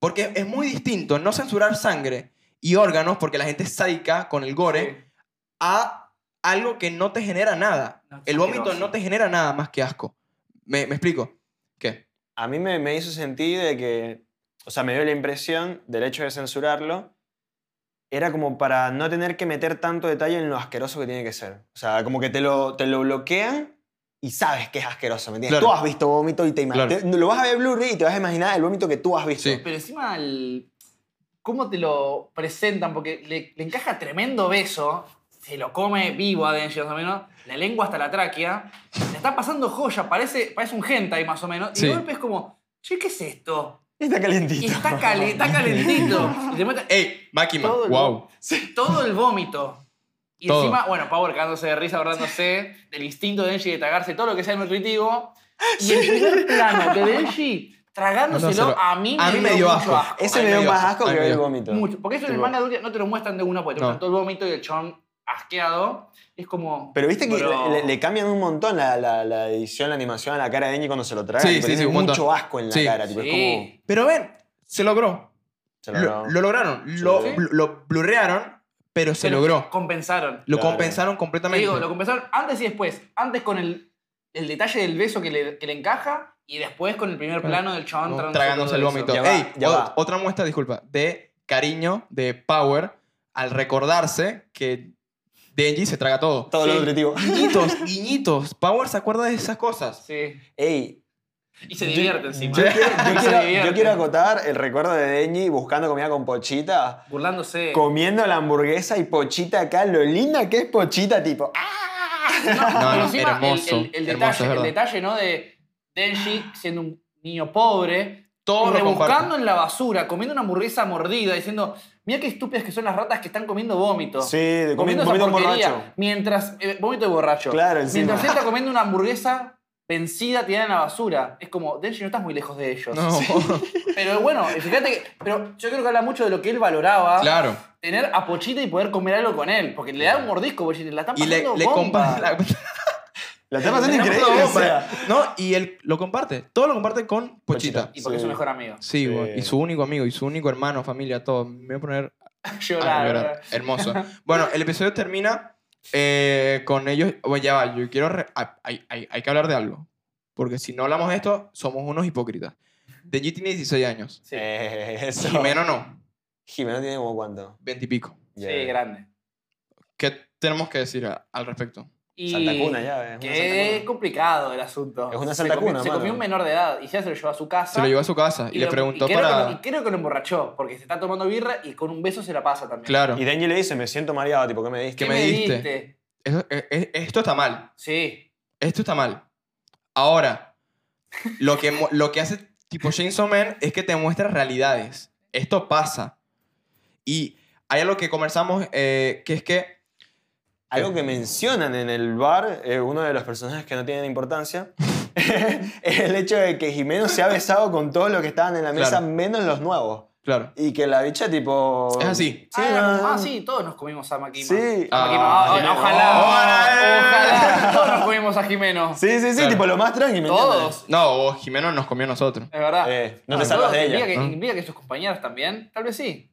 S1: Porque es muy distinto no censurar sangre y órganos porque la gente es sádica con el gore a algo que no te genera nada.
S2: No, es
S1: el vómito
S2: asqueroso.
S1: no te genera nada más que asco. ¿Me, me explico? ¿Qué?
S3: A mí me, me hizo sentir de que, o sea, me dio la impresión del hecho de censurarlo, era como para no tener que meter tanto detalle en lo asqueroso que tiene que ser. O sea, como que te lo, te lo bloquean y sabes que es asqueroso, ¿me entiendes?
S1: Claro.
S3: Tú has visto vómito y te, ima-
S1: Claro.
S3: te- lo vas a ver Blu-ray y te vas a imaginar el vómito que tú has visto.
S1: Sí.
S2: Pero encima, el- ¿cómo te lo presentan? Porque le, le encaja tremendo beso, se lo come vivo a Denji más o menos, la lengua hasta la tráquea, le está pasando joya, parece, parece un hentai más o menos, y
S1: Sí.
S2: de golpe es como, che, ¿qué es esto?
S3: Y está calentito.
S2: Y está, cali- está calentito. Y te muestra
S1: ¡Ey! Máquina.
S2: Todo el-
S1: ¡Wow!
S2: todo el vómito. Y
S1: Todo.
S2: encima, bueno, Power cagándose de risa, abordándose del instinto de Denji de tragarse todo lo que sea nutritivo. Y el primer plano de Denji tragándoselo
S1: Dándoselo.
S2: a mí,
S1: A mí me dio asco.
S3: Ese
S1: Ay,
S3: me
S1: me
S3: dio
S1: dio
S3: más
S1: asco,
S3: asco
S1: ay,
S3: que
S1: me
S3: ver el
S1: dio
S3: vómito.
S2: Mucho. Porque eso en el
S3: Tipo-
S2: manga adulto no te lo muestran de una, porque te
S1: No.
S2: muestran todo el vómito y el chon asqueado. Es como.
S3: Pero viste que
S2: bro.
S3: le, le cambian un montón la, la- la edición, la animación a la cara de Eni cuando se lo traga.
S1: Sí,
S3: tipo,
S1: sí,
S3: tiene
S1: sí, un
S3: mucho
S1: montón.
S3: asco en la
S1: Sí.
S3: cara. Tipo, Es como,
S2: Sí.
S1: Pero ven, se logró.
S3: se lo
S1: Lo,
S3: traga.
S1: lo lograron.
S3: Sí.
S1: Lo, lo blurrearon, pero se
S2: Pero
S1: logró.
S2: Compensaron.
S1: Lo
S3: Claro.
S1: compensaron
S2: Te
S1: completamente.
S2: digo, lo compensaron antes y después. Antes con el, el detalle del beso que le, que le encaja y después con el primer
S1: Bueno,
S2: plano del chabón
S1: No, tragándose el
S2: todo
S1: vómito.
S3: Ya va,
S1: Ey,
S3: ya
S1: o-
S3: va.
S1: otra muestra, disculpa, de cariño, de power, al recordarse que Denji se traga todo.
S3: Todo lo
S2: Sí.
S3: nutritivo.
S1: Guiñitos, guiñitos. Power se acuerda de esas cosas.
S2: Sí.
S3: Ey,
S2: Y se
S3: Yo-
S2: divierte encima.
S1: yo quiero-
S2: Y
S3: yo
S2: se
S3: quiero,
S2: divierte.
S3: yo quiero acotar el recuerdo de Deñi buscando comida con Pochita,
S2: Burlándose.
S3: comiendo la hamburguesa y Pochita acá, lo linda que es Pochita, tipo. ¡ah!
S1: No,
S2: Pero
S1: no,
S2: encima,
S1: hermoso,
S2: El, el- el
S1: hermoso, es
S2: detalle, el
S1: verdad.
S2: detalle, ¿no? De Denji siendo un niño pobre,
S1: Todo lo comparten.
S2: rebuscando en la basura, comiendo una hamburguesa mordida, diciendo, mira qué estúpidas que son las ratas que están comiendo vómito.
S3: Sí, de comiendo
S2: comiendo
S3: un
S2: esa
S3: poquito
S2: porquería.
S3: borracho.
S2: Mientras, eh, vómito de borracho.
S3: Claro, encima.
S2: Mientras él está comiendo una hamburguesa vencida tirada en la basura. Es como, Denji no estás muy lejos de ellos.
S1: No,
S2: Pero bueno, fíjate que. Pero yo creo que habla mucho de lo que él valoraba.
S1: claro.
S2: Tener a Pochita y poder comer algo con él. Porque le da un mordisco, Pochita. La están
S1: Y
S2: pasando
S1: le, le
S2: bomba.
S1: comparte. la-
S3: La
S2: Eh,
S3: está pasando
S1: le
S3: increíble.
S1: comparte
S3: o sea.
S1: bomba. No, y él lo comparte. Todo lo comparte con Pochita.
S2: Y porque es
S3: Sí.
S2: su mejor amigo.
S1: Sí,
S3: Sí.
S1: güey, y su único amigo, y su único hermano, familia, todo. Me voy a poner Ah,
S2: Llorar.
S1: llorar. Hermoso. Bueno, el episodio termina eh, con ellos. Bueno, ya va, yo quiero. re- ah, Hay, hay- hay que hablar de algo. Porque si no hablamos de esto, somos unos hipócritas. Deji tiene 16 años.
S2: Sí.
S3: Eh, eso.
S1: Jimeno no,
S3: Jimeno tiene como cuánto.
S1: 20 y pico.
S2: Sí,
S3: Ya.
S2: grande.
S1: ¿Qué tenemos que decir a- al respecto?
S2: Y
S3: Santa Cuna ya, es una Santa
S2: Que es
S3: Cuna.
S2: complicado el asunto.
S3: Es una
S2: Se
S3: Santa
S2: comió-
S3: Cuna,
S2: Se
S3: mano.
S2: comió un menor de edad y ya se lo llevó a su casa.
S1: Se lo llevó a su casa y, le
S2: lo-
S1: preguntó
S2: creo
S1: para.
S2: que lo- y creo que lo emborrachó, porque se está tomando birra y con un beso se la pasa también.
S1: Claro.
S3: Y Deñi le dice, me siento mareado, tipo, ¿qué me diste?
S1: ¿Qué me diste? Eso- eh, eh, esto está mal.
S2: Sí.
S1: Esto está mal. Ahora, lo que, mo- lo que hace tipo Chainsaw Man es que te muestra realidades. Esto pasa. Y hay algo que conversamos eh, que es que
S3: Algo que mencionan en el bar, eh, uno de los personajes que no tienen importancia, es el hecho de que Jimeno se ha besado con todos los que estaban en la mesa,
S1: Claro.
S3: menos los nuevos.
S1: Claro.
S3: Y que la bicha, tipo.
S1: Es así.
S3: Sí,
S2: ah,
S3: no, no.
S2: ah, sí, todos nos comimos a Makima.
S3: Sí.
S1: Ah.
S2: Makima, ah,
S1: Jimeno.
S2: ojalá.
S1: Ojalá.
S2: Ojalá. Todos nos comimos a Jimeno.
S3: Sí, sí, sí,
S1: Claro.
S3: tipo lo más tranqui. ¿me
S2: Todos.
S1: No, o Jimeno nos comió a nosotros.
S2: Es verdad.
S3: entiendes? Eh, no te
S2: Ah,
S3: salvas de
S2: todos,
S3: ella.
S2: implica que-
S1: Ah.
S2: Implica que sus compañeras también. Tal vez sí.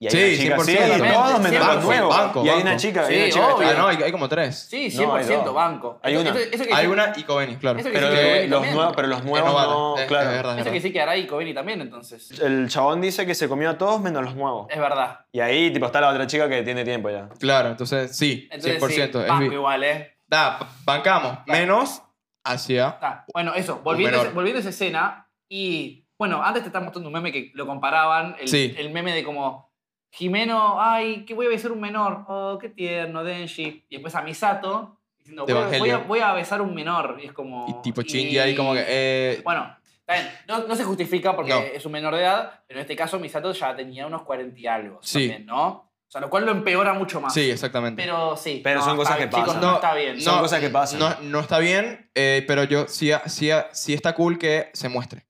S3: Y hay
S1: Sí,
S3: una chica,
S1: 100%,
S3: sí, todos menos los
S2: banco,
S3: nuevos.
S1: banco,
S3: y hay
S1: banco.
S3: una chica, hay
S2: Sí,
S3: una chica. que
S2: obvio.
S1: Ah,
S3: está-
S1: no, hay, hay como tres.
S2: Sí,
S3: No, hay
S2: 100%
S3: dos.
S2: banco.
S3: Hay
S2: Esto-
S3: una.
S2: esto- eso que
S1: Hay
S2: dice-
S1: una y Coveni, claro.
S2: Eso que
S3: Pero,
S2: sí,
S3: de-
S2: Coveni
S3: los
S2: también.
S3: nuevos, pero los
S1: Es
S3: nuevos
S1: novato.
S3: no.
S1: es-
S3: claro.
S1: es verdad, es
S2: Eso que
S1: verdad.
S2: sí que Aray y Coveni también, entonces.
S3: El chabón dice que se comió a todos menos los nuevos.
S2: Es verdad.
S3: Y ahí, tipo, está la otra chica que tiene tiempo ya.
S1: Claro, entonces sí,
S2: Entonces,
S1: 100%.
S2: sí,
S1: es
S2: banco
S1: vi-
S2: igual, ¿eh?
S1: Da, bancamos. Menos hacia...
S2: Está. Bueno, eso, volviendo, a
S1: menor.
S2: ese- volviendo a esa escena. Y bueno, antes te estaba mostrando un meme que lo comparaban. El,
S1: Sí.
S2: el meme de como. Jimeno, ay, que voy a besar un menor. Oh, qué tierno, Denji. Y después a Misato diciendo,
S1: De
S2: voy, a- voy a,
S1: Evangelion.
S2: voy a besar un menor. Y es como.
S1: Y tipo Chingy
S2: y-
S1: ahí como que... eh,
S2: Bueno, está bien, No, no se justifica porque
S1: No.
S2: es un menor de edad, pero en este caso Misato ya tenía unos 40 y algo.
S1: Sí.
S2: También, ¿no? O sea, lo cual lo empeora mucho más.
S1: sí, exactamente.
S2: Pero sí.
S3: Pero son
S2: está
S3: cosas que
S2: bien, chicos,
S3: pasan.
S2: no,
S1: No,
S2: está bien.
S3: Son
S1: No, eh,
S3: cosas que pasan.
S1: No, no está bien, eh, pero yo sí, sí, sí está cool que se muestre.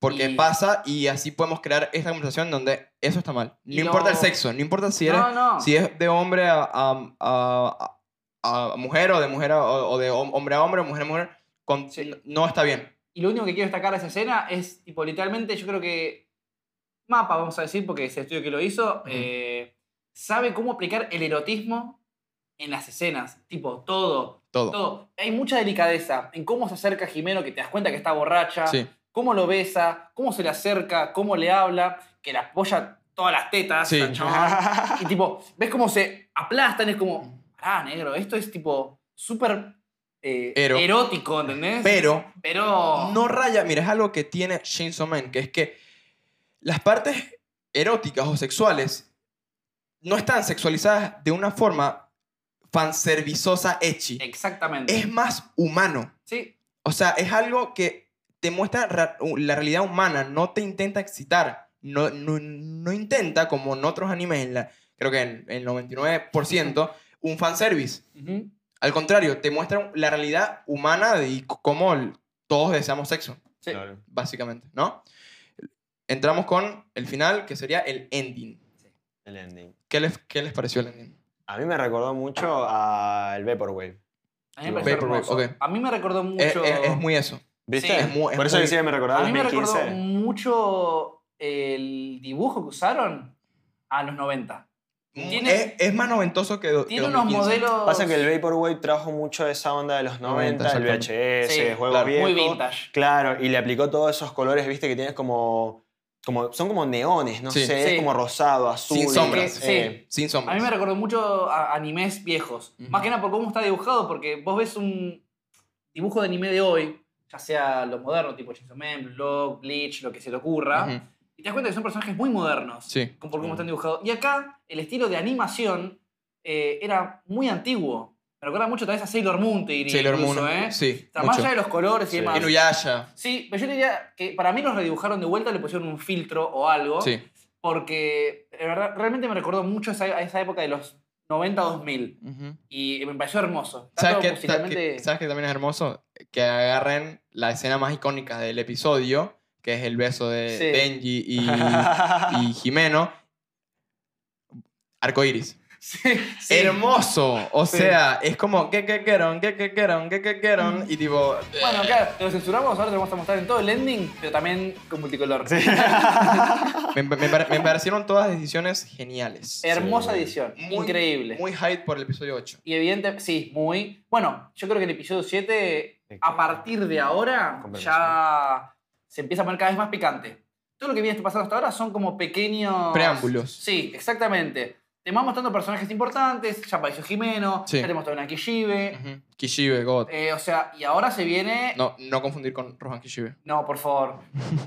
S1: Porque
S2: Y-
S1: pasa y así podemos crear esta conversación donde eso está mal. No
S2: Y lo-
S1: importa el sexo, no importa si eres,
S2: No, no.
S1: si es de hombre a, a- a- a- a mujer o de mujer a- o, o de hom- hombre a hombre o mujer a mujer, con-
S2: Sí.
S1: no está bien.
S2: Y lo único que quiero destacar de esa escena es, tipo, literalmente yo creo que Mapa, vamos a decir, porque es el estudio que lo hizo, eh, sabe cómo aplicar el erotismo en las escenas. Tipo, todo,
S1: Todo.
S2: todo. Hay mucha delicadeza en cómo se acerca Jimeno, que te das cuenta que está borracha,
S1: Sí.
S2: cómo lo besa, cómo se le acerca, cómo le habla, que le apoya todas las tetas
S1: Sí.
S2: al chabón. Y tipo, ves cómo se aplastan, es como, ah, negro, esto es tipo súper eh,
S1: Ero.
S2: erótico, ¿entendés?
S1: Pero
S2: Pero.
S1: no raya, mira, es algo que tiene Chainsaw Man, que es que las partes eróticas o sexuales no están sexualizadas de una forma fanservizosa echi.
S2: Exactamente.
S1: Es más humano.
S2: Sí,
S1: O sea, es algo que te muestra ra- u- la realidad humana, no te intenta excitar, no, no, no intenta, como en otros animes, en la, creo que en el 99%, un fanservice.
S2: ujú,
S1: Al contrario, te muestra la realidad humana de- y c- cómo l- todos deseamos sexo,
S2: sí.
S3: Claro.
S1: básicamente, ¿no? Entramos con el final, que sería el ending.
S3: El ending.
S1: ¿Qué les, qué les pareció el ending?
S3: A mí me recordó mucho al Vaporwave.
S2: A mí me pareció
S1: Vaporwave,
S2: hermoso.
S1: ok.
S2: A mí me recordó mucho.
S1: Es, Eh, es- es muy eso.
S3: ¿Viste?
S2: Sí.
S1: Es muy- es
S3: Por eso
S1: muy-
S3: decía que me recordaba
S2: a
S3: al
S2: mí me recordó
S3: 2015.
S2: mucho el dibujo que usaron a los 90. Tiene-
S1: es, es más noventoso que. do- que
S2: Tiene unos
S1: 2015.
S2: modelos.
S3: Pasa que el Vaporwave trajo mucho de esa onda de los 90, el
S1: exactamente.
S3: VHS,
S2: Sí,
S3: juegos
S1: claro.
S3: viejos.
S2: Muy vintage.
S3: Claro, y le aplicó todos esos colores, viste, que tienes como. como son como neones, no
S1: Sí.
S3: sé,
S2: Sí.
S3: es como rosado, azul.
S1: Sin sombras.
S2: Sí.
S3: Eh,
S1: Sin
S2: A
S1: sombras.
S2: mí me recordó mucho a animes viejos.
S1: Ujú.
S2: Más que nada por cómo está dibujado, porque vos ves un dibujo de anime de hoy, ya sea lo moderno, tipo Chainsaw Man, Block, Bleach, lo que se te ocurra,
S1: Ujú,
S2: y te das cuenta que son personajes muy modernos.
S1: Sí.
S2: con por cómo
S3: Mm.
S2: están dibujados. Y acá el estilo de animación eh, era muy antiguo. Me recuerda mucho tal vez a Sailor Moon, te diría.
S1: Sailor
S2: incluso,
S1: Moon.
S2: ¿eh?
S1: Sí.
S2: O sea, más
S1: mucho.
S2: allá de los colores y
S3: Sí.
S2: demás.
S1: Inuyasha.
S2: Sí, pero yo diría que para mí los redibujaron de vuelta, le pusieron un filtro o algo.
S1: Sí.
S2: Porque de verdad, realmente me recordó mucho a esa, a esa época de los 90-2000.
S1: Ujú.
S2: Y me pareció hermoso.
S1: ¿Sabes
S2: Tanto
S1: qué,
S2: musicalmente-
S1: sabes qué- sabes qué también es hermoso? Que agarren la escena más icónica del episodio, que es el beso de
S2: Sí.
S1: Benji y, y Jimeno. Arcoiris.
S2: Sí, sí.
S1: Hermoso. O
S2: Sí.
S1: sea, es como que que queron, que que queron, que que queron. Y tipo.
S2: Bueno, claro, te lo censuramos, ahora te lo vamos a mostrar en todo el ending, pero también con multicolor.
S1: Me, me pare- me parecieron todas decisiones geniales.
S2: Hermosa
S3: Sí.
S2: edición,
S1: Muy-
S2: increíble.
S1: Muy hype por el episodio 8.
S2: Y evidente, sí, muy. Bueno, yo creo que el episodio 7, a partir de ahora,
S3: Con permiso.
S2: ya se empieza a poner cada vez más picante. Todo lo que viene pasando hasta ahora son como pequeños.
S1: Preámbulos.
S2: Sí, exactamente. Te van mostrando personajes importantes, ya apareció Jimeno,
S1: Sí.
S2: ya te mostró una Kishibe.
S1: Ujú. Kishibe, God.
S2: eh, o sea, y ahora se viene.
S1: No, no confundir con Rohan Kishibe.
S2: No, por favor.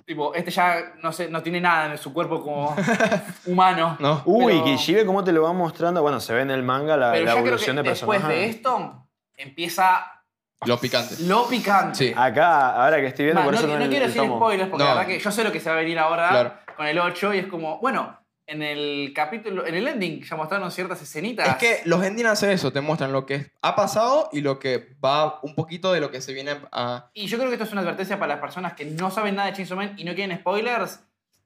S2: tipo, este ya no, sé, no tiene nada en su cuerpo como humano.
S1: No.
S3: Uy,
S2: Pero-
S3: Kishibe, ¿cómo te lo van mostrando? Bueno, se ve en el manga la,
S2: Pero
S3: la
S2: yo creo que
S3: evolución de
S2: después
S3: personajes.
S2: de este- esto empieza
S1: Lo picante.
S2: lo picante.
S1: Sí.
S3: Acá, ahora que estoy viendo,
S2: Va,
S3: por
S2: no,
S3: eso
S2: no
S3: con el-
S2: quiero
S3: el
S2: decir
S3: tomo.
S2: spoilers porque
S1: No.
S2: la verdad que yo sé lo que se va a venir ahora
S1: Claro.
S2: con el 8 y es como, bueno, en el capítulo, en el ending ya mostraron ciertas escenitas.
S1: Es que los endings hacen eso, te muestran lo que ha pasado y lo que va un poquito de lo que se viene a...
S2: Y yo creo que esto es una advertencia para las personas que no saben nada de Chainsaw Man y no quieren spoilers.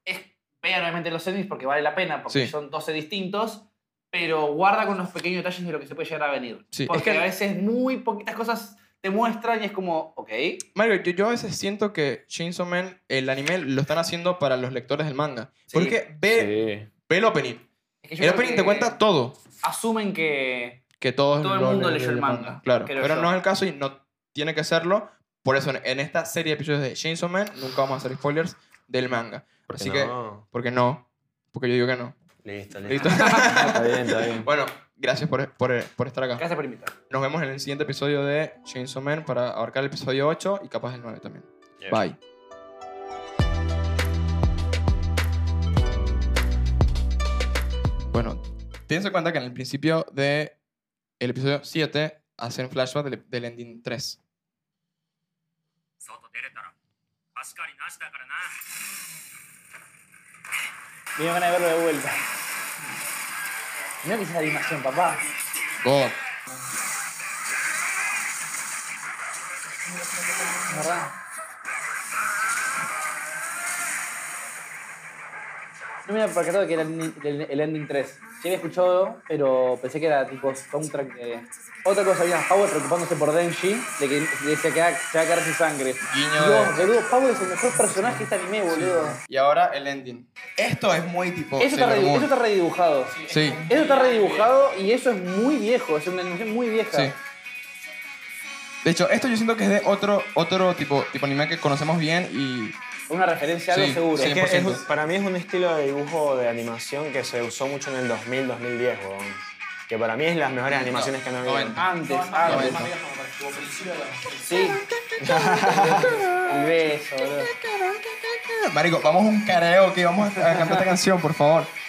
S2: Es, vean obviamente los endings porque vale la pena, porque
S1: Sí.
S2: son 12 distintos, pero guarda con los pequeños detalles de lo que se puede llegar a venir.
S1: Sí, es
S2: Porque
S1: que-
S2: a veces muy poquitas cosas te muestran y es como, ok,
S1: Mario, yo, yo a veces siento que Chainsaw Man, el anime, lo están haciendo para los lectores del manga.
S2: Sí.
S1: Porque ve,
S3: Sí.
S1: ve el opening.
S2: es que yo
S1: El
S2: creo
S1: opening
S2: que
S1: te cuenta todo.
S2: Asumen que...
S1: Que todos
S2: Todo el
S1: lo
S2: mundo
S1: leen
S2: leyó
S1: del
S2: el manga,
S1: Claro,
S2: creo
S1: pero
S2: yo.
S1: no es el caso y no tiene que serlo. Por eso, en esta serie de episodios de Chainsaw Man, nunca vamos a hacer spoilers del manga. Así que,
S3: No.
S1: porque no? Porque yo digo que no.
S3: Listo, listo.
S1: ¿Listo?
S3: está bien, está bien.
S1: bueno, gracias por, por, por estar acá.
S2: Gracias por invitar.
S1: Nos vemos en el siguiente episodio de Chainsaw Man para abarcar el episodio 8 y capaz el 9 también. Bye. Bueno, tienes en cuenta que en el principio de el episodio 7 hacen flashback del, del ending 3.
S4: 外出れたら貸し借りなしだからな
S2: Mira, van a verlo de vuelta. Mira que es animación, papá.
S1: God.
S2: ¿Verdad? No me había percatado que era el, el- el ending 3. Sí había escuchado, pero pensé que era tipo soundtrack de... Otra cosa, había Power preocupándose por Denji, de que de- se va a quedar- se va a quedar sin sangre.
S1: Guiño
S2: Dios,
S1: de...
S2: boludo, Power es el mejor personaje de este anime, boludo.
S1: Y ahora el ending. Esto es Oh, muy tipo...
S2: Eso está,
S1: Sailor
S2: redi- eso
S1: Moon.
S2: está redibujado.
S1: Sí,
S2: Eso está redibujado y eso es muy viejo, es una animación muy vieja.
S1: sí. De hecho, esto yo siento que es de otro, otro tipo, tipo anime que conocemos bien y...
S2: Una referencia a algo
S1: Sí,
S2: seguro.
S1: sí.
S3: Es que es un-
S1: 100%.
S3: para mí es un estilo de dibujo de animación que se usó mucho en el 2000-2010, weón. Que para mí es las mejores animaciones que han habido.
S1: noventa.
S2: Antes,
S1: no,
S2: antes.
S1: no, no.
S2: Sí. Un beso, boludo.
S1: Marico, vamos a un karaoke, vamos a a cantar esta canción, por favor.